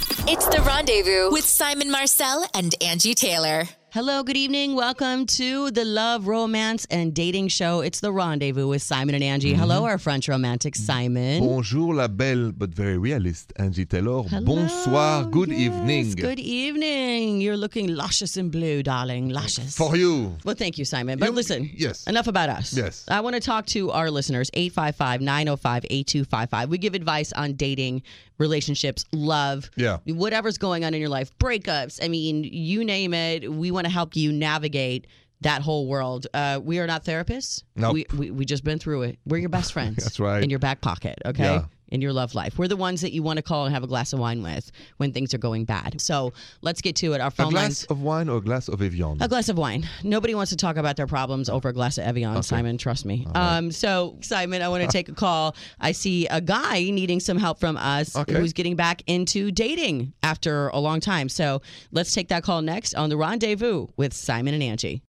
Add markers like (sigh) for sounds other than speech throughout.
It's The Rendezvous with Simon Marcel and Angie Taylor. Hello, good evening. Welcome to the Love, Romance, and Dating Show. It's the rendezvous with Simon and Angie. Mm-hmm. Hello, our French romantic Simon. Bonjour la belle but very realist Angie Taylor. Bonsoir, Hello, good yes, evening. Good e- evening. You're looking luscious in blue, darling. Luscious. For you. Well, thank you, Simon. But You- listen, yes. enough about us. Yes. I want to talk to our listeners 855 905 8255. We give advice on dating, relationships, love, Yeah. whatever's going on in your life, breakups. I mean, you name it. We want to help you navigate that whole world. Uh, we are not therapists. Nope. We, we, we just been through it. We're your (laughs) best friends. That's right. In your back pocket, okay? Yeah. In your love life. We're the ones that you want to call and have a glass of wine with when things are going bad. So let's get to it. Our A phone lines. glass of wine or a glass of Evian? A glass of wine. Nobody wants to talk about their problems over a glass of Evian, Simon. Trust me. Um, so, Simon, I want to take a call. I see a guy needing some help from us Okay. who's getting back into dating after a long time. So, let's take that call next on the rendezvous with Simon and Angie.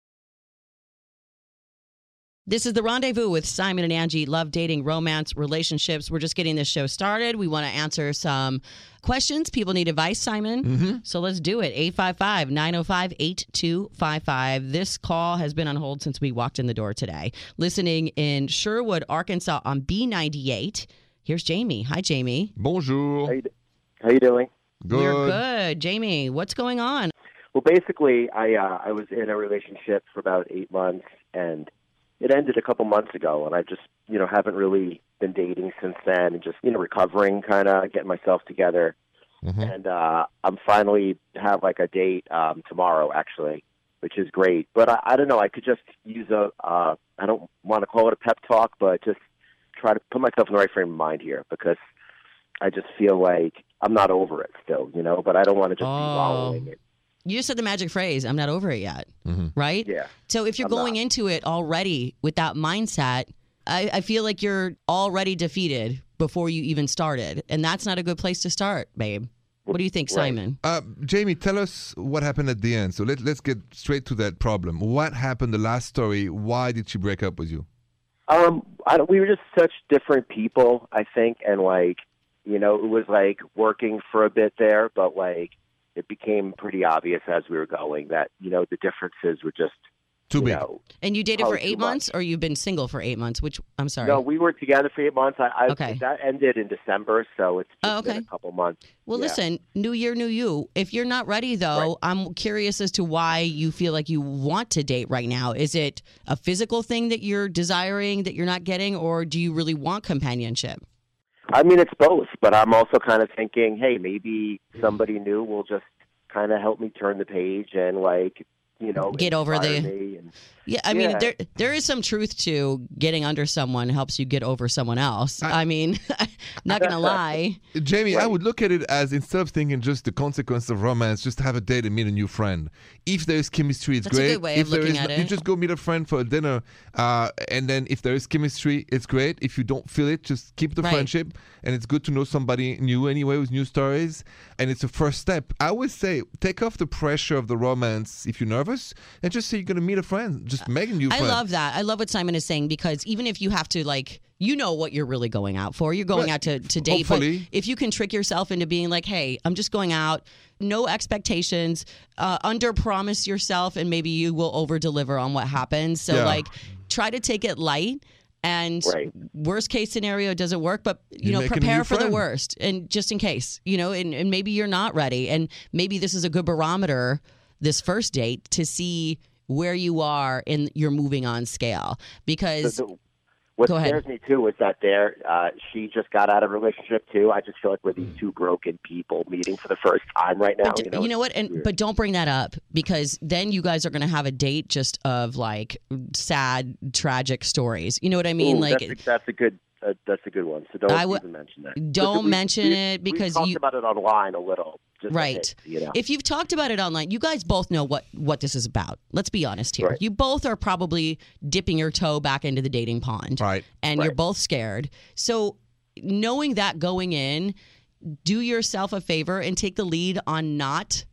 This is the rendezvous with Simon and Angie. Love, dating, romance, relationships. We're just getting this show started. We want to answer some questions. People need advice, Simon. Mm-hmm. So let's do it. 855 905 8255. This call has been on hold since we walked in the door today. Listening in Sherwood, Arkansas on B98. Here's Jamie. Hi, Jamie. Bonjour. How you, how you doing? Good. We're good. Jamie, what's going on? Well, basically, I uh, I was in a relationship for about eight months, and it ended a couple months ago, and I just you know haven't really been dating since then, and just you know recovering, kind of getting myself together, Mhm. and uh, I'm finally have like a date um, tomorrow, actually, which is great. But I, I don't know, I could just use a uh, I don't want to call it a pep talk, but just try to put myself in the right frame of mind here because I just feel like I'm not over it still, you know, but I don't want to just Oh. be wallowing it. You just said the magic phrase I'm not over it yet, Mhm. right? Yeah. So if you're I'm going not. into it already with that mindset, I, I feel like you're already defeated before you even started. And that's not a good place to start, babe. What do you think, Right. Simon? Uh, Jamie, tell us what happened at the end. So let, let's get straight to that problem. What happened, the last story? Why did she break up with you? Um, I don't, we were just such different people, I think, and like, you know, it was like working for a bit there, but like, it became pretty obvious as we were going that you know the differences were just Too you big. know And you dated for Probably too eight much. months, or you've been single for eight months? Which I'm sorry. no we were together for eight months. I, I Okay. that ended in December, so it's just Oh, okay. been a couple months. well, yeah. listen. New year, new you. If you're not ready, though, I'm curious as to why you feel like you want to date right now. Is it a physical thing that you're desiring that you're not getting, or do you really want companionship? I mean, it's both, but I'm also kind of thinking, hey, maybe Mm-hmm. somebody new will just kind of help me turn the page and like you know Get over inspire the- me and, Yeah, I mean, Yeah. there there is some truth to getting under someone helps you get over someone else. I, I- mean, (laughs) not gonna lie. Jamie, I Right. would look at it as instead of thinking just the consequence of romance, just have a date and meet a new friend. If there is chemistry, it's That's a great. good way if of there looking is at no- it. you just go meet a friend for a dinner, uh, and then if there is chemistry, it's great. If you don't feel it, just keep the Right. friendship, and it's good to know somebody new anyway with new stories, and it's a first step. I always say take off the pressure of the romance if you're nervous, and just say you're gonna meet a friend, just make a new Uh, I friend. love that. I love what Simon is saying because even if you have to like you know what you're really going out for. You're going Right. out to, to date. But Hopefully. if you can trick yourself into being like, hey, I'm just going out, no expectations, uh, under promise yourself, and maybe you will over deliver on what happens. So, Yeah. like, try to take it light. And Right. worst case scenario doesn't work, but you You're know, making a prepare new for the friend. worst and just in case, you know, and, and maybe you're not ready. And maybe this is a good barometer, this first date, to see where you are in your moving on scale. Because the- what Go ahead. scares me too is that there uh, she just got out of a relationship too. I just feel like we're these two broken people meeting for the first time right now. But Mm. d- you know, what? And but don't bring that up because then you guys are going to have a date just of like sad, tragic stories. You know what I mean? Ooh, like that's a, that's a good uh, that's a good one. So don't I w- even mention that. don't Listen, we- mention we- it we've because talked you- about it online a little, just a Right. bit, you know, If you've talked about it online, you guys both know what what this is about. Let's be honest here. Right. You both are probably dipping your toe back into the dating pond. Right. and you're Right. both scared. So, knowing that going in, do yourself a favor and take the lead on not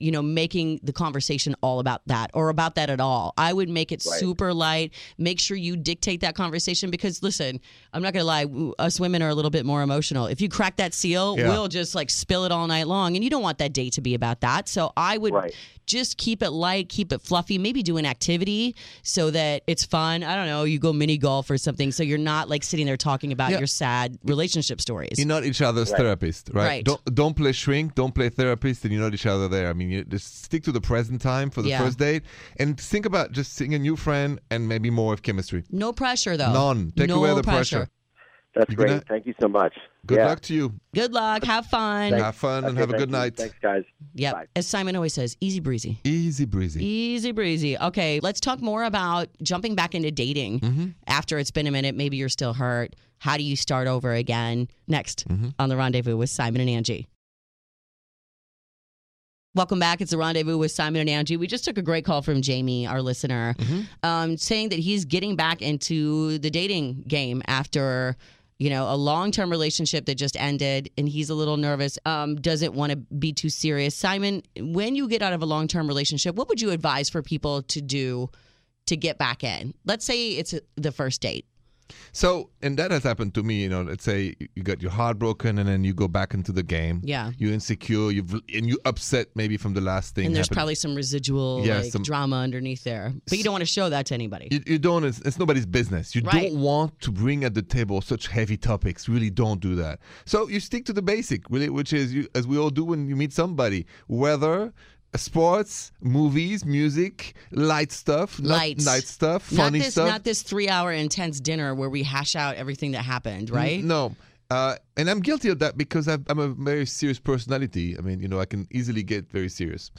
you know, making the conversation all about that or about that at all. I would make it Right. super light. Make sure you dictate that conversation because, listen, I'm not going to lie, w- us women are a little bit more emotional. If you crack that seal, Yeah. we'll just like spill it all night long. And you don't want that date to be about that. So I would Right. just keep it light, keep it fluffy, maybe do an activity so that it's fun. I don't know, you go mini golf or something. So you're not like sitting there talking about Yeah. your sad relationship stories. You're not each other's therapist, right? Right. Don't don't play shrink, don't play therapist, and you're not each other there. I mean, you just stick to the present time for the Yeah. first date, and think about just seeing a new friend and maybe more of chemistry. no pressure, though. None. Take Oh. no away the pressure. pressure. That's You great. gonna- Thank you so much. Good Yeah. luck to you. Good luck. Have fun. Have fun and Okay, have a thank good you. night. Thanks, guys. Yep. Bye. As Simon always says, easy breezy. Easy breezy. Easy breezy. Okay, let's talk more about jumping back into dating Mm-hmm, after it's been a minute. Maybe you're still hurt. How do you start over again? Next mm-hmm, on the rendezvous with Simon and Angie. Welcome back. It's the rendezvous with Simon and Angie. We just took a great call from Jamie, our listener, mm-hmm. um, saying that he's getting back into the dating game after you know a long-term relationship that just ended and he's a little nervous um, doesn't want to be too serious simon when you get out of a long-term relationship what would you advise for people to do to get back in let's say it's the first date So, and that has happened to me. You know, let's say you got your heart broken, and then you go back into the game. Yeah. You're insecure. You've and you upset maybe from the last thing. and there's happened. probably some residual Yeah, like, some- drama underneath there but you don't want to show that to anybody You, you don't. It's, it's nobody's business. You Right. don't want to bring at the table such heavy topics. Really, don't do that. So you stick to the basic, really, which is you, as we all do when you meet somebody: weather, sports, movies, music, light stuff, not Light. night stuff, not funny this stuff. not this three-hour intense dinner where we hash out everything that happened right No. Uh, and I'm guilty of that because I've, I'm a very serious personality. I mean, you know, I can easily get very serious.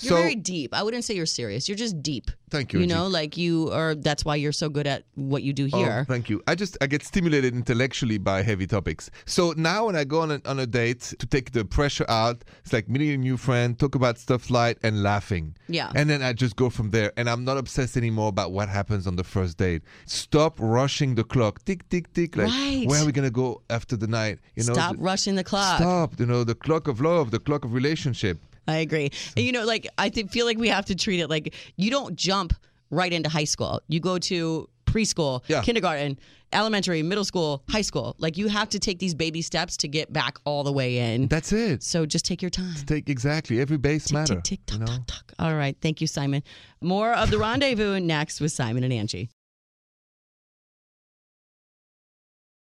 You're so very deep. I wouldn't say you're serious. You're just deep. Thank you, You Angie. know, like you are. That's why you're so good at what you do Oh, here. thank you. I just I get stimulated intellectually by heavy topics. So now when I go on a, on a date to take the pressure out, it's like meeting a new friend, talk about stuff light and laughing. Yeah. And then I just go from there, and I'm not obsessed anymore about what happens on the first date. Stop rushing the clock. Tick tick tick. Like Right. where are we gonna go after the night? You know. Stop th- rushing the clock. Stop. You know the clock of love, the clock of relationship. I agree. And you know, like I th- feel like we have to treat it like you don't jump right into high school. You go to preschool, Yeah. kindergarten, elementary, middle school, high school. Like you have to take these baby steps to get back all the way in. That's it. So just take your time. Take exactly every base matter. Tick, tick, you tock, know? tock, tock. All right. Thank you, Simon. More of the rendezvous next with Simon and Angie.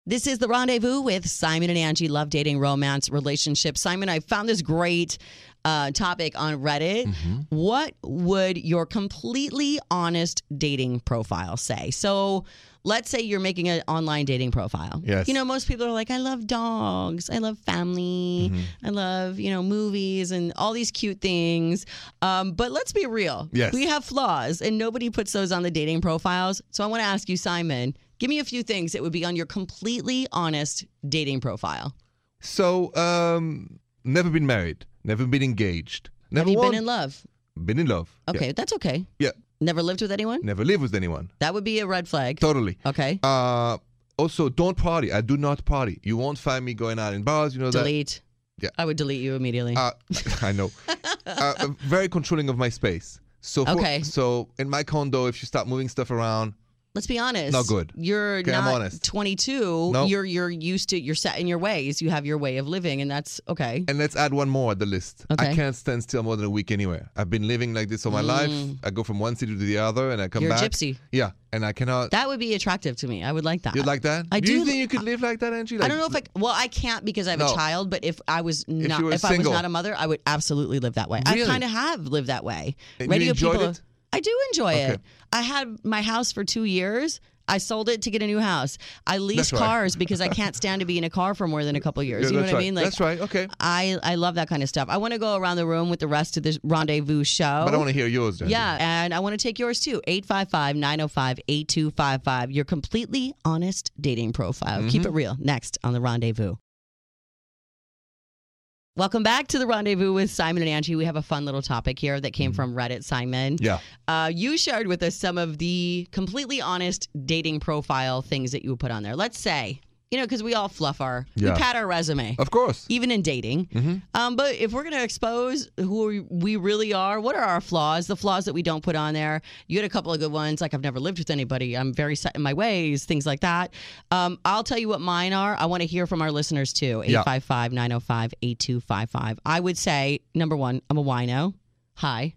This is the rendezvous with Simon and Angie, love dating, romance, relationships. Simon, I found this great uh, topic on Reddit. Mm-hmm. What would your completely honest dating profile say? So let's say you're making an online dating profile. Yes. You know, most people are like, I love dogs, I love family, Mm-hmm. I love, you know, movies and all these cute things. Um, but let's be real. Yes. We have flaws and nobody puts those on the dating profiles. So I want to ask you, Simon, give me a few things that would be on your completely honest dating profile. So, um, never been married, never been engaged, never have you won- been in love? Been in love. Yeah. Okay, that's okay. Yeah. Never lived with anyone? Never live with anyone. That would be a red flag. Totally. Okay. Uh, also, don't party. I do not party. You won't find me going out in bars. You know delete. Yeah. I would delete you immediately. that. Uh, (laughs) I know. uh, I'm very controlling of my space. So, for- Okay. so in my condo, if you start moving stuff around, Let's be honest. not good. You're Okay, I'm not honest. 22. Nope. You're you're used to you're set in your ways. You have your way of living, and that's okay. and let's add one more at the list. Okay. I can't stand still more than a week anywhere. I've been living like this all my life. I go from one city to the other, and I come Mm. You're a back. gypsy. Yeah, and I cannot. That would be attractive to me. I would like that. you like that? I do. You do- think you could live like that, Angie? I Like, don't know if I c- well I can't because I have a No. child. But if I was not you were if, I was single. not a mother, I would absolutely live that way. I Really? kind of have lived that way. And you enjoyed it? I do enjoy Okay. it. I had my house for two years. I sold it to get a new house. I lease That's right. cars because I can't stand to be in a car for more than a couple years. Yeah, you know that's what I right. mean? Like that's right. Okay. I I love that kind of stuff. I want to go around the room with the rest of the rendezvous show. But I want to hear yours. Angie. yeah, and I want to take yours too. 855 905 8255. Your completely honest dating profile. Keep Mm-hmm. it real. Next on The Rendezvous. Welcome back to The Rendezvous with Simon and Angie. We have a fun little topic here that came from Reddit, Simon. Mm-hmm. Yeah. Uh, you shared with us some of the completely honest dating profile things that you would put on there. Let's say You know, because we all fluff our, Yeah. we pat our resume. Of course. Mm-hmm. even in dating. Um, but if we're going to expose who we- we really are, what are our flaws? The flaws that we don't put on there. You had a couple of good ones, like I've never lived with anybody. I'm very set in my ways, things like that. Um, I'll tell you what mine are. I want to hear from our listeners too. Yeah. 855 905 8255. I would say number one, I'm a wino. Hi.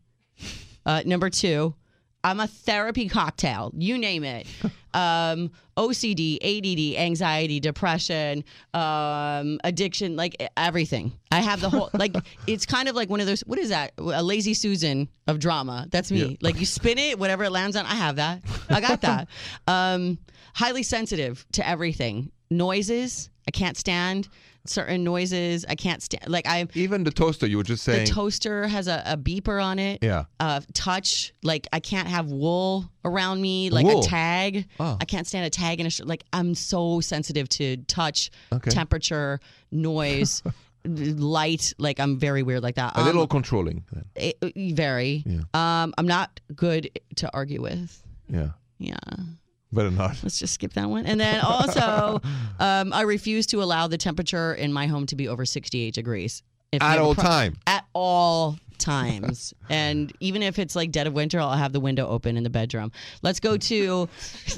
Uh, number two, I'm a therapy cocktail. You name it. Um, OCD, ADD, anxiety, depression, um, addiction, like e- everything. I have the whole, like, it's kind of like one of those, what is that? A lazy Susan of drama. That's me. Yeah. Like, you spin it, whatever it lands on, I have that. I got that. um, highly sensitive to everything. Noises, I can't stand certain noises. I can't stand, like, I'm, Even the toaster, you were just the saying. toaster has a, a beeper on it yeah. uh, touch. Like I can't have wool around me, like Wool? a tag. Oh. I can't stand a tag in a shirt. Like I'm so sensitive to touch, Okay. temperature, (laughs) noise, light. Like I'm very weird like that. A Um, little controlling. Then. it- it- very. Um, I'm not good to argue with. Yeah. Yeah, (laughs) Better not. let's just skip that one. And (laughs) then also, um, I refuse to allow the temperature in my home to be over 68 degrees. If At I'm all pro- time. at all (laughs) times. and even if it's like dead of winter, I'll have the window open in the bedroom. Let's go to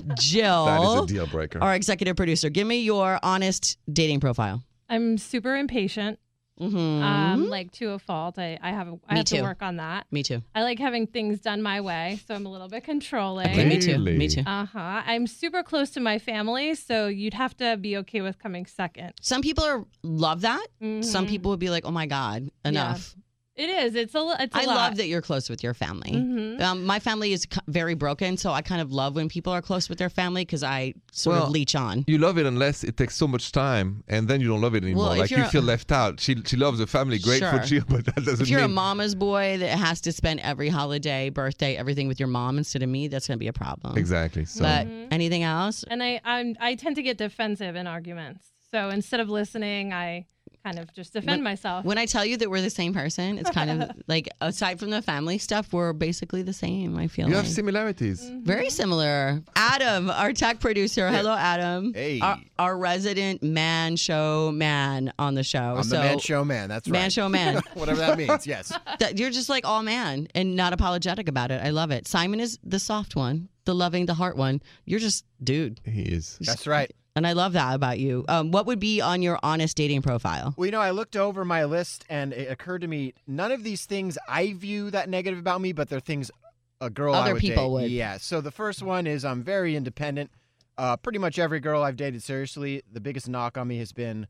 That is Jill, a deal breaker. our executive producer. Give me your honest dating profile. I'm super impatient, Mm-hmm. um, like to a fault. I, I have I Me have too. to work on that. me too. I like having things done my way, so I'm a little bit Okay, controlling. me too. Really? Me too. Uh huh. I'm super close to my family, so you'd have to be okay with coming 2nd Some people are love that. Some Mhm. people would be like, "Oh my God, enough." It is. It's a. l- It's a I lot. love that you're close with your family. Mhm. Um, my family is c- very broken, so I kind of love when people are close with their family because I sort Well, of leech on. you love it unless it takes so much time, and then you don't love it anymore. if like you're you a- feel left out. She she loves her family, great for Sure. Jill, but that doesn't if you're a mean mama's boy that has to spend every holiday, birthday, everything with your mom instead of me, that's going to be a problem. exactly. So But anything else? And I I'm, I tend to get defensive in arguments. So instead of listening, I kind of just defend myself. When I tell you that we're the same person, it's kind of like aside from the family stuff, we're basically the same. I feel you like. have similarities. very similar. Adam, our tech producer. Hello, Adam. Hey. Our, our resident man show man on the show. I'm so the man show man. That's right. man show man. (laughs) Whatever that (laughs) means. Yes. That- you're just like all man and not apologetic about it. I love it. Simon is the soft one, the loving, the heart one. You're just dude. He is. That's right. And I love that about you. Um, what would be on your honest dating profile? Well, you know, I looked over my list and it occurred to me none of these things I view that negative about me, but they're things a girl I Other would people date. would. Yeah. So the first one is I'm very independent. Uh, pretty much every girl I've dated seriously, the biggest knock on me has been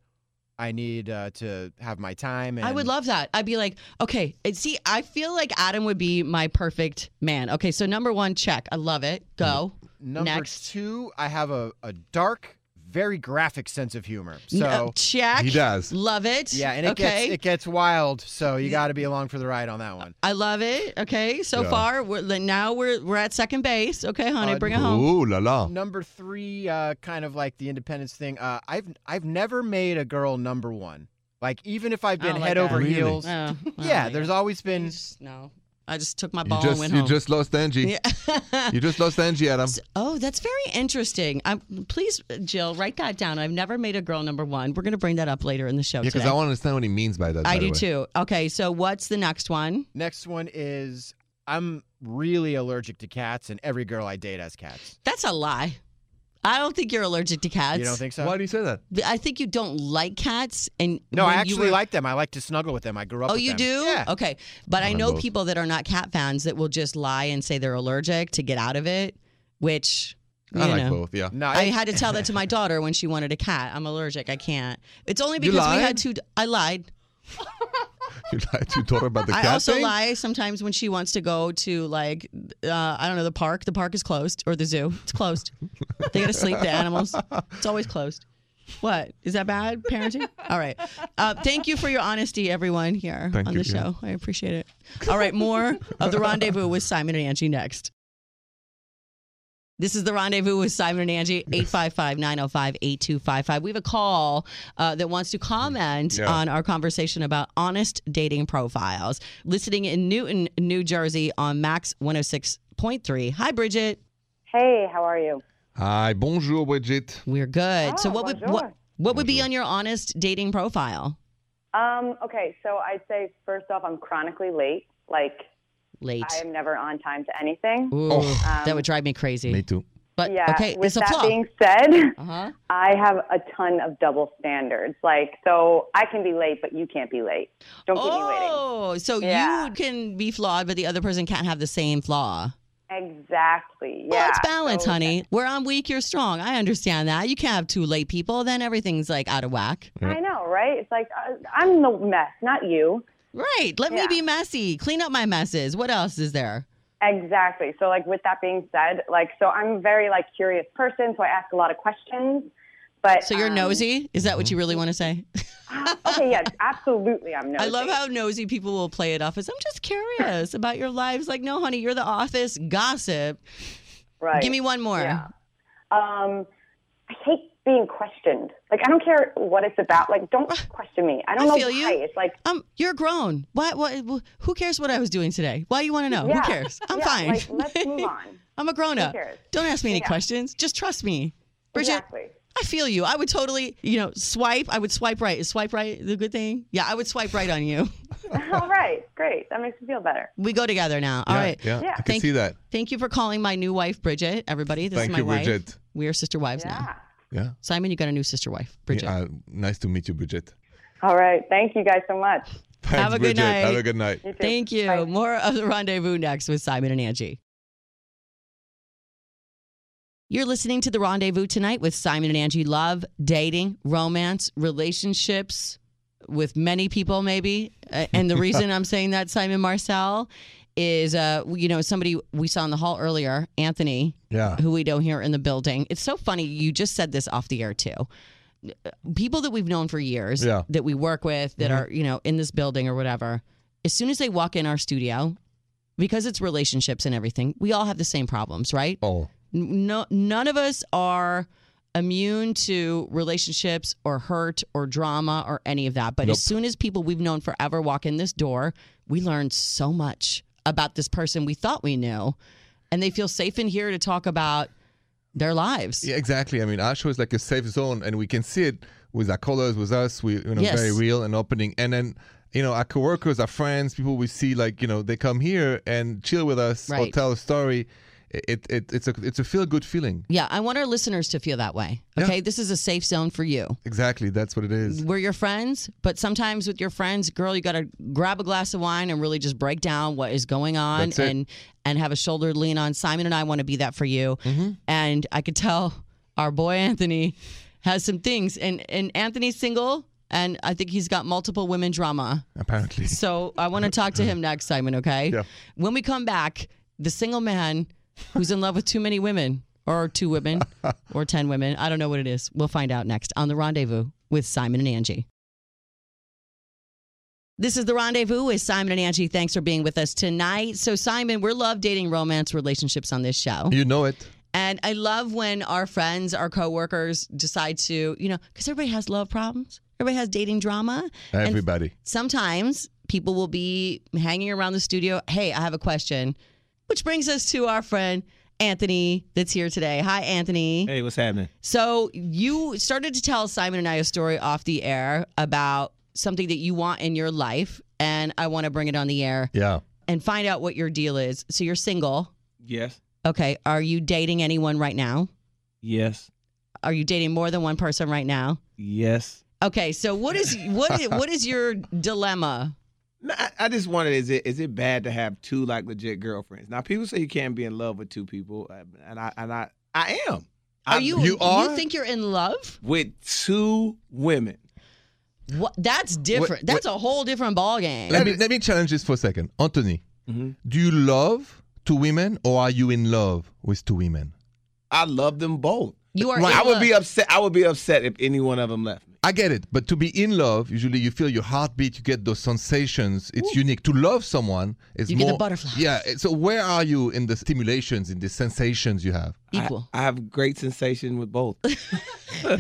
I need uh, to have my time. And I would love that. I'd be like, okay, and see, I feel like Adam would be my perfect man. Okay, so number one, check. I love it. Go. number Next. two. I have a, a dark, very graphic sense of humor. So. No, check. He does. Love it. Yeah, and it uh, okay. gets it gets wild, so you got to be along for the ride on that one. I love it. Okay, so Yeah. far we're like, now we're we're at second base. Okay, honey, Uh, bring it home. Ooh la la. Number three, uh, kind of like the independence thing. Uh, I've I've never made a girl number one. Like even if I've I been don't head like over that. Really? heels, Oh, well, yeah, I there's always been. just- no. I just took my You ball and just went you home. just lost Angie. Yeah. (laughs) You just lost Angie, Adam. Oh, that's very interesting. I'm, please, Jill, write that down. I've never made a girl number one. We're going to bring that up later in the show. Yeah, because today. I want to understand what he means by that. I by do the way. too. Okay, so what's the next one? Next one is I'm really allergic to cats, and every girl I date has cats. That's a lie. I don't think you're allergic to cats. you don't think so? Why do you say that? I think you don't like cats. And No, I when you actually were- like them. I like to snuggle with them. I grew up. Oh, with you them. do? Yeah. Okay, but I I'm know both. people that are not cat fans that will just lie and say they're allergic to get out of it, which you I like know. both. Yeah. (laughs) No, I it- had to tell that to my daughter when she wanted a cat. I'm allergic. I can't. It's only You because we lied? had two. I lied. You lied to your daughter about the cat I also thing? lie sometimes when she wants to go to like uh, I don't know the park. The park is closed or the zoo. It's closed. they gotta sleep. The animals. It's always closed. What is that bad parenting? All right. Uh, thank you for your honesty, everyone here Thank on you, the show. I appreciate it. All right, more of the rendezvous with Simon and Angie next. This is the rendezvous with Simon and Angie, 855 905 8255. We have a call uh, that wants to comment Yeah. on our conversation about honest dating profiles. Listening in Newton, oh New Jersey on Max 106.3. Hi, Bridget. Hey, how are you? (laughs) Hi, bonjour, Bridget. We're good. so Ah, what would bonjour. what what would be on your honest dating profile? Um, okay, so I'd say first off, I'm chronically late. Like Late. I am never on time to anything. Ooh, Oh. that would drive me crazy. Me too. But um, yeah. okay, with it's a that flaw. being said, (laughs) uh-huh. I have a ton of double standards. Like, so I can be late, but you can't be late. Don't keep me waiting. Oh, so Yeah. you can be flawed, but the other person can't have the same flaw. Exactly. Yeah. Well, it's balance, so- honey. Where I'm weak, you're strong. I understand that. You can't have two late people, then everything's like out of whack. I know, right? It's like uh, I'm the mess, not you. Right. Let me Yeah. be messy. Clean up my messes. What else is there? Exactly. So, like, with that being said, like, so I'm a very like curious person, so I ask a lot of questions. But So you're um, nosy? Is that what you really want to say? Okay. Yes. Absolutely. I'm nosy. I love how nosy people will play it off as I'm just curious about your lives. Like, no, honey, you're the office gossip. Right. Give me one more. Yeah. um, I hate being questioned. Like, I don't care what it's about. Like, don't question me. I don't I know feel why. you. It's like, Um, you're grown. Why? What? Who cares what I was doing today? Why you want to know? yeah, Who cares? I'm yeah, fine. Like, (laughs) let's move on. I'm a grown up. cares? Don't ask me any Yeah. questions. Just trust me, Bridget. Exactly. (laughs) I feel you. I would totally, you know, swipe. I would swipe right. Is swipe right the good thing? Yeah, I would swipe right on you. All right. Great. That makes me feel better. We go together now. All yeah, right. Yeah, I can Thank- see that. Thank you for calling my new wife, Bridget. Everybody, this Thank is my you, wife. Bridget. We are sister wives now. Yeah. Yeah. Simon, you got a new sister wife, Bridget. Yeah, uh, nice to meet you, Bridget. All right. Thank you guys so much. Thanks, Have a good Bridget. Have night. a good night. You too. Thank you. Bye. More of the rendezvous next with Simon and Angie. You're listening to the rendezvous tonight with Simon and Angie. Love, dating, romance, relationships with many people, maybe. Uh, And the reason I'm saying that, Simon Marcel, is uh, you know somebody we saw in the hall earlier, Anthony, Yeah. who we don't hear in the building. It's so funny. You just said this off the air too. People that we've known for years, Yeah. Mm-hmm. that we work with, that are you know in this building or whatever. As soon as they walk in our studio, because it's relationships and everything, we all have the same problems, right? Oh, N- No, none of us are immune to relationships or hurt or drama or any of that. But Nope. as soon as people we've known forever walk in this door, we learn so much about this person we thought we knew, and they feel safe in here to talk about their lives. yeah, exactly. I mean, our show is like a safe zone, and we can see it with our callers, with us. We, you know, Yes. very real and opening. And then, you know, our coworkers, our friends, people we see, like you know, they come here and chill with us or Right. tell a story. It, it it's a it's a feel good feeling. Yeah, I want our listeners to feel that way. Yeah. Okay, this is a safe zone for you. Exactly, that's what it is. We're your friends, but sometimes with your friends, girl, you got to grab a glass of wine and really just break down what is going on That's it. and and have a shoulder to lean on. Simon and I want to be that for you. Mm-hmm. And I could tell our boy Anthony has some things and and Anthony's single and I think he's got multiple women drama. (laughs) Apparently, So I want to talk to him next, Simon, okay? Yeah. When we come back, the single man who's in love with too many women, or two women, or 10 women. I don't know what it is. We'll find out next on The Rendezvous with Simon and Angie. This is The Rendezvous with Simon and Angie. Thanks for being with us tonight. So, Simon, we're love, dating, romance, relationships on this show. you know it. And I love when our friends, our coworkers decide to, you know, because everybody has love problems, everybody has dating drama. And Everybody. sometimes people will be hanging around the studio. Hey, I have a question, which brings us to our friend Anthony that's here today. Hi, Anthony. Hey, what's happening? So you started to tell Simon and I a story off the air about something that you want in your life, and I want to bring it on the air yeah. and find out what your deal is. So you're single. Yes, Okay. Are you dating anyone right now? yes, Are you dating more than one person right now? yes. Okay, so what is what is what is your dilemma? No, I, I just wondered is it is it bad to have two like legit girlfriends? Now people say you can't be in love with two people, uh, and I and I I am. Are I- you you are? you think you're in love? with two women? What, that's different. Wh- that's a whole different ballgame. Let me let me challenge this for a second, Anthony. Mhm. Do you love two women, or are you in love with two women? I love them both. You are. I in would love. be upset. I would be upset if any one of them left me. I get it, but to be in love, usually you feel your heartbeat, you get those sensations. It's unique. To love someone is You get more the butterflies. Yeah. it- So where are you in the stimulations, in the sensations you (laughs) have? I- equal. I, have great sensation with (laughs) both.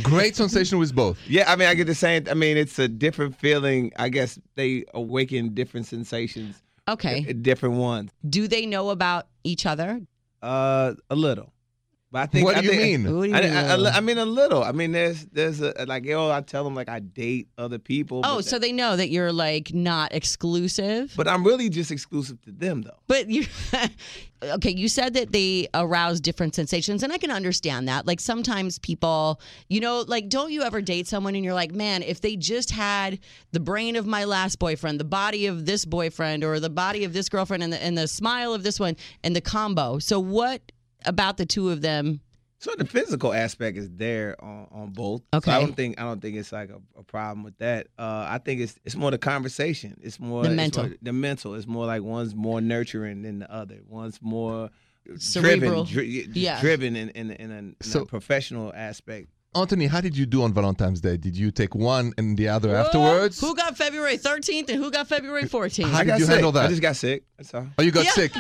Great sensation with both. yeah, I mean, I get the same. I mean, it's a different feeling. I guess they awaken different sensations, uh, okay. different ones. Do they know about each other? Uh, a little. But I think What I do you think- mean? What do you I, mean, I- I- little? I mean a little. I mean there's there's a, like yo. I tell them like I date other people. Oh, but so that- they know that you're like not exclusive. But I'm really just exclusive to them though. But you, (laughs) okay, you said that they arouse different sensations, and I can understand that. Like sometimes people, you know, like don't you ever date someone and you're like, man, if they just had the brain of my last boyfriend, the body of this boyfriend, or the body of this girlfriend, and the, and the smile of this one, and the combo. So what about the two of them? So the physical aspect is there on, on both. So I Okay. don't think I don't think it's like a, a problem with that. Uh, I think it's it's more the conversation. It's more The it's mental. more- the mental. It's more like one's more nurturing than the other. One's more Cerebral. driven, dri- Yeah. driven in in, in, a, in a So- professional aspect. Anthony, how did you do on Valentine's Day? Did you take one and the other afterwards? who got February 13th and who got February 14th? How I did got you sick. handle that? I just got sick. That's all. oh, you got Yeah. (laughs) sick.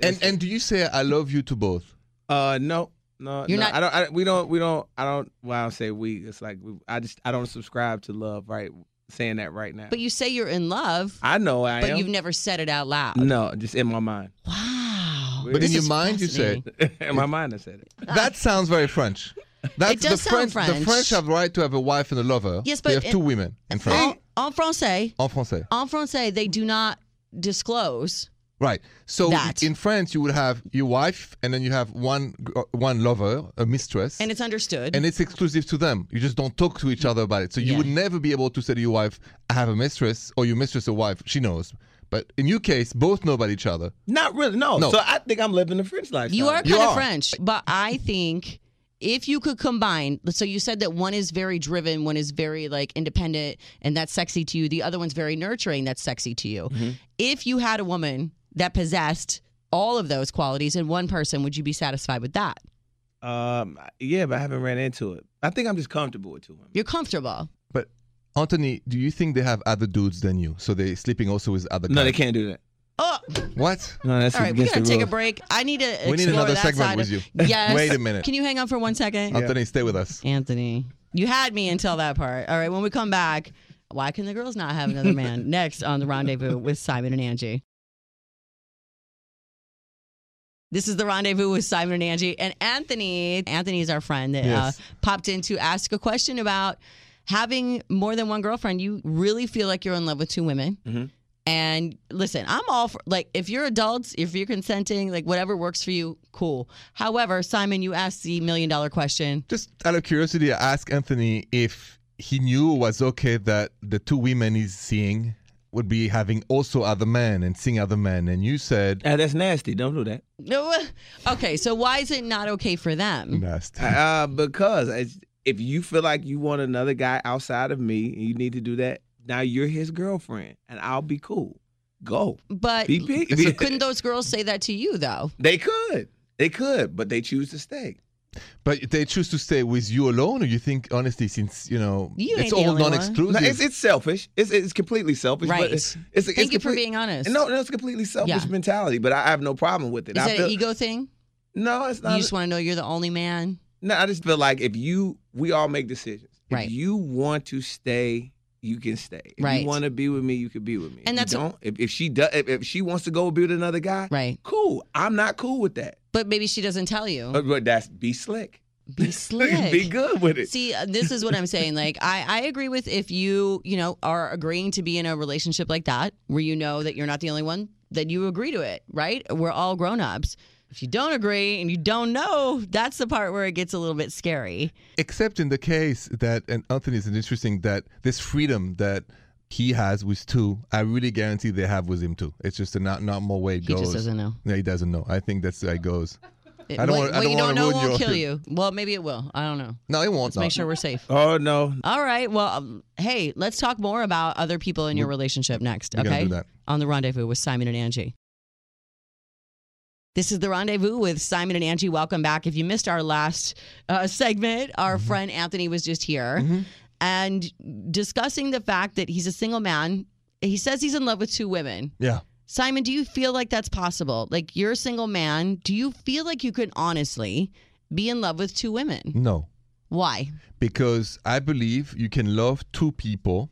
And and do you say I love you to both? Uh, no, no, You're no. not- I don't. I, we don't. We don't. I don't. Well, I don't say we. It's like we, I just. I don't subscribe to love. Right, saying that right now. But you say you're in love, I know I but am. you've never said it out loud. no, just in my mind. (laughs) Wow. But in This your is mind you fascinating. said- in my mind, I said it. That sounds very French. That's It does the sound French, French. The French have the right to have a wife and a lover. Yes, but they have it- Oh. two women in En, France. en français, En français. en français, they do not disclose. Right. So That. in France, you would have your wife, and then you have one gr- one lover, a mistress, And it's understood. and it's exclusive to them. You just don't talk to each other about it. So you Yeah. would never be able to say to your wife, "I have a mistress," or "Your mistress a wife." She knows. But in your case, both know about each other. Not really. No. No. So I think I'm living the French lifestyle. you are kind You of are. French, but I think if you could combine, so you said that one is very driven, one is very like independent, and that's sexy to you. The other one's very nurturing, that's sexy to you. Mm-hmm. If you had a woman that possessed all of those qualities in one person, would you be satisfied with that? Um. Yeah, but I haven't ran into it. I think I'm just comfortable with two women. You're comfortable. But Anthony, do you think they have other dudes than you? So they're sleeping also with other guys? No, they can't do that. Oh, What? No, that's all (laughs) right. We against gotta the take a rules. break. I need to. We need explore another that segment side with of- (laughs) you. Yes. Wait a minute. Can you hang on for one second? Anthony, stay with us. Anthony. You had me until that part. All right, when we come back, why can the girls not have another man? Next on The Rendezvous with Simon and Angie. This is The Rendezvous with Simon and Angie. And Anthony, Anthony is our friend that Yes. uh, popped in to ask a question about having more than one girlfriend. You really feel like you're in love with two women. Mhm. And listen, I'm all for like if you're adults, if you're consenting, like whatever works for you, cool. However, Simon, you asked the million dollar question. Just out of curiosity, I asked Anthony if he knew it was okay that the two women he's seeing would be having also other men and seeing other men, and you said Ah, that's nasty. Don't do that. No. (laughs) Okay, so why is it not okay for them? nasty. Uh, because it's, if you feel like you want another guy outside of me and you need to do that, now you're his girlfriend, and I'll be cool. Go. But Be big. so couldn't those girls say that to you though? They could. They could, but they choose to stay. But they choose to stay with you alone, or you think honestly, since you know You ain't it's the all only one. No, non-exclusive. it's, it's selfish. It's, it's completely selfish. Right. But it's, it's, Thank it's you for complete- being honest. No, no, it's a completely selfish Yeah. mentality, but I have no problem with it. is I that feel- an ego thing? No, it's you not. just want to know you're the only man. no, I just feel like if you, we all make decisions. Right. If you want to stay, you can stay. If Right. you want to be with me, you can be with me. If And you that's- don't. If, if she does, if, if she wants to go be with another guy, Right. cool. I'm not cool with that. But maybe she doesn't tell you. But, but that's be slick. Oh. Be slick. (laughs) be good with it. See, uh, this is what I'm saying. Like, I, I agree with if you, you know, are agreeing to be in a relationship like that, where you know that you're not the only one, then you agree to it, right? We're all grown ups. If you don't agree and you don't know, that's the part where it gets a little bit scary. Except in the case that, and Anthony is interesting that this freedom that he has with two, I really guarantee they have with him too. It's just a not normal way it He goes. just doesn't know. No, he doesn't know. I think that's how it goes. It- I don't what, wanna- I what don't you don't wanna know ruin won't your- kill you. Well, maybe it will. I don't know. No, it won't. Let's make sure we're safe. Oh no, All right. Well, um, hey, let's talk more about other people in your relationship next. we're gonna okay. do that. On the rendezvous with Simon and Angie. This is the rendezvous with Simon and Angie. Welcome back. If you missed our last uh, segment, our Mm-hmm. friend Anthony was just here and discussing the fact that he's a single man. He says he's in love with two women. Yeah. Simon, do you feel like that's possible? Like you're a single man. Do you feel like you could honestly be in love with two women? No. Why? because I believe you can love two people,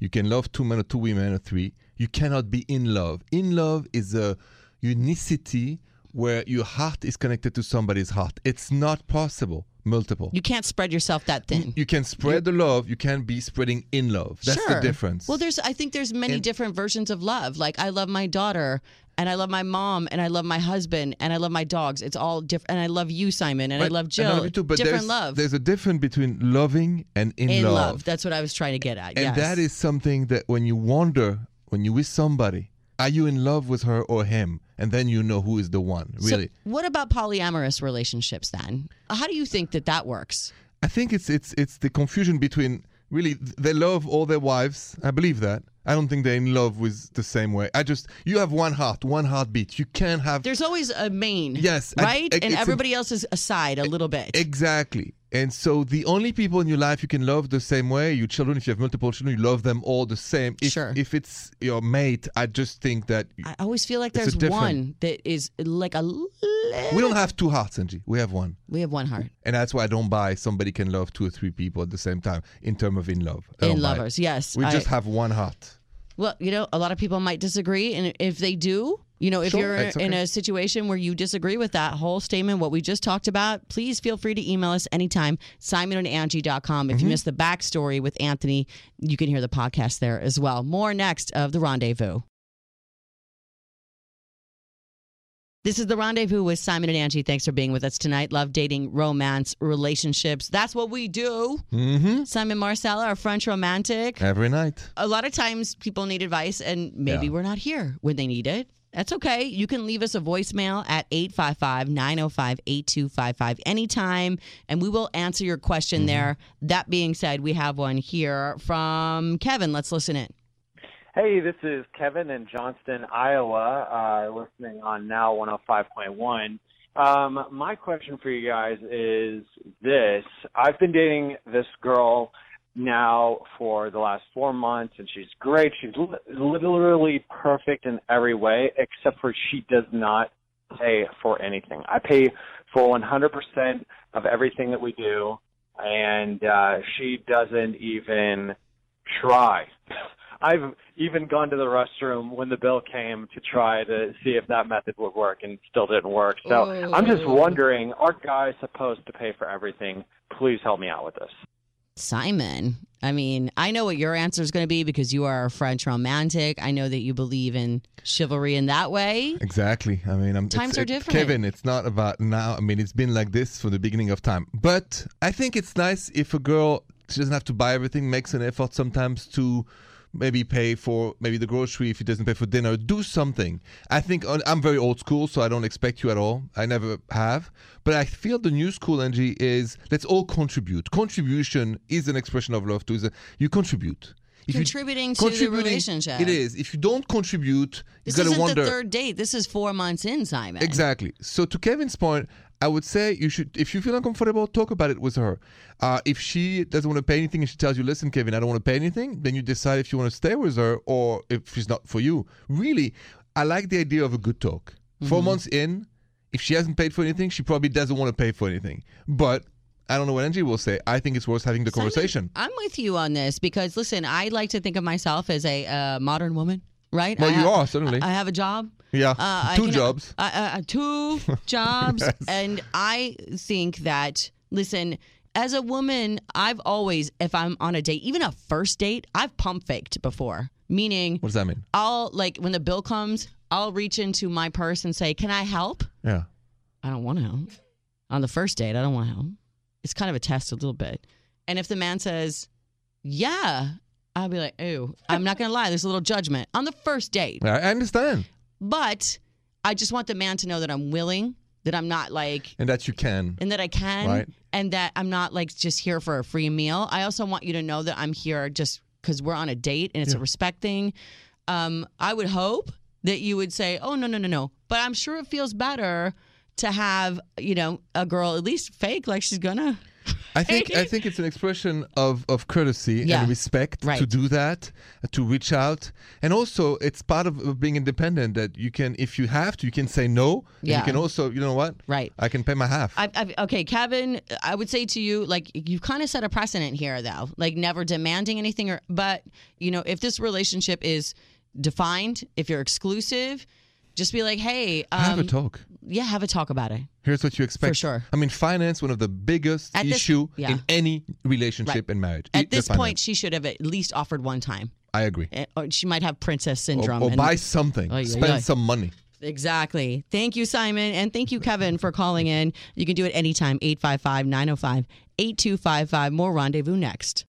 you can love two men or two women or three. You cannot be in love. In love is a unicity where your heart is connected to somebody's heart. It's not possible. Multiple. You can't spread yourself that thin. You can spread the love. You can be spreading in love. That's Sure. the difference. Well, there's I think there's many And- different versions of love. Like I love my daughter and I love my mom and I love my husband and I love my dogs. It's all different and I love you, Simon, and I Right, love and Jill. you too, but different there's, love. There's a difference between loving and in, in love. That's what I was trying to get at. And yes. that is something that when you wonder, when you with somebody, are you in love with her or him? And then you know who is the one, So really. what about polyamorous relationships then? How do you think that that works? I think it's it's it's the confusion between really th- they love all their wives. I believe that. I don't think they're in love with the same way. I just you have one heart, one heartbeat. You can't have There's always a main, Yes, I- right, I- and it's a- everybody else is aside a little bit. Exactly. And so the only people in your life you can love the same way, your children, if you have multiple children, you love them all the same. If, Sure. If it's your mate, I just think that I always feel like It's a there's different- one that is like a. Little... we don't have two hearts, Angie. We have one. We have one heart. And that's why I don't buy somebody can love two or three people at the same time in terms of in love. I In don't buy it. lovers, yes. Oh We I- just have one heart. Well, you know, a lot of people might disagree, and if they do, you know, if Sure, you're that's in okay. a situation where you disagree with that whole statement, what we just talked about, please feel free to email us anytime, simonandangie.com. If Mm-hmm. you missed the backstory with Anthony, you can hear the podcast there as well. More next of The Rendezvous. This is The Rendezvous with Simon and Angie. Thanks for being with us tonight. Love, dating, romance, relationships. That's what we do. Mm-hmm. Simon Marcella, our French romantic Every night. a lot of times people need advice and maybe Yeah. we're not here when they need it. That's okay. You can leave us a voicemail at 855 905 8255 anytime, and we will answer your question Mm-hmm. there. That being said, we have one here from Kevin. Let's listen in. Hey, this is Kevin in Johnston, Iowa, uh, listening on Now 105.1. Um, my question for you guys is this I've been dating this girl now for the last four months, and she's great. She's li- literally perfect in every way, except for she does not pay for anything. I pay for 100% of everything that we do, and uh, she doesn't even try. (laughs) I've even gone to the restroom when the bill came to try to see if that method would work and still didn't work. So I'm just wondering, are guys supposed to pay for everything? Please help me out with this. Simon, I mean, I know what your answer is going to be because you are a French romantic. I know that you believe in chivalry in that way. Exactly. I mean, I'm, Times it's- are it- different. Kevin, it's not about now. I mean, it's been like this from the beginning of time. But I think it's nice if a girl she doesn't have to buy everything, makes an effort sometimes to maybe pay for maybe the grocery if he doesn't pay for dinner. Do something. I think on, I'm very old school, so I don't expect you at all. I never have. But I feel the new school energy is let's all contribute. Contribution is an expression of love too. Is a, you contribute. If you- Contributing to the relationship. It is. If you don't contribute, This you gotta isn't wonder. the third date. This is four months in, Simon. Exactly. So to Kevin's point, I would say you should, if you feel uncomfortable, talk about it with her. Uh, if she doesn't want to pay anything and she tells you, "Listen, Kevin, I don't want to pay anything," then you decide if you want to stay with her or if she's not for you. Really, I like the idea of a good talk. Four months in, if she hasn't paid for anything, she probably doesn't want to pay for anything. But I don't know what Angie will say. I think it's worth having the conversation. I'm with you on this because listen, I like to think of myself as a uh, modern woman, right? Well, I you have- are, certainly. I have a job. Uh, Yeah, I two can- jobs. I- I- I- (laughs) two jobs, and I think that listen. As a woman, I've always, if I'm on a date, even a first date, I've pump faked before. Meaning, What does that mean? I'll, like, when the bill comes, I'll reach into my purse and say, Can I help? Yeah. I don't want to help. On the first date, I don't want to help. It's kind of a test a little bit. And if the man says, yeah, I'll be like, ooh, I'm not going to lie. There's a little judgment on the first date. I I understand, But I just want the man to know that I'm willing, that I'm not like, and that you can. and that I can, Right. and that I'm not like just here for a free meal. I also want you to know that I'm here just because we're on a date and it's a respect thing. Um, I would hope that you would say, "Oh no, no, no, no," but I'm sure it feels better to have you know a girl at least fake like she's gonna. I think I think it's an expression of, of courtesy Yeah. and respect to Right. do that, uh, to reach out, and also it's part of, of being independent that you can, if you have to, you can say no. and Yeah. you can also, you know what? Right. I can pay my half. I've, I've, okay, Kevin, I would say to you, like you kind of set a precedent here, though, like never demanding anything. Or, but you know, if this relationship is defined, if you're exclusive, Just be like, hey, um, Have a talk. Yeah, have a talk about it. Here's what you expect. For sure. I mean, finance one of the biggest At this- issue yeah. in any relationship Right. and marriage. At Eat the this point, finance. she should have at least offered one time. I agree. Eh, Or she might have princess Or, syndrome. or and- buy something. Ay, ay, Spend ay. some money. Exactly. Thank you, Simon. And thank you, Kevin, for calling in. You can do it anytime, 855 905 8255. More rendezvous next.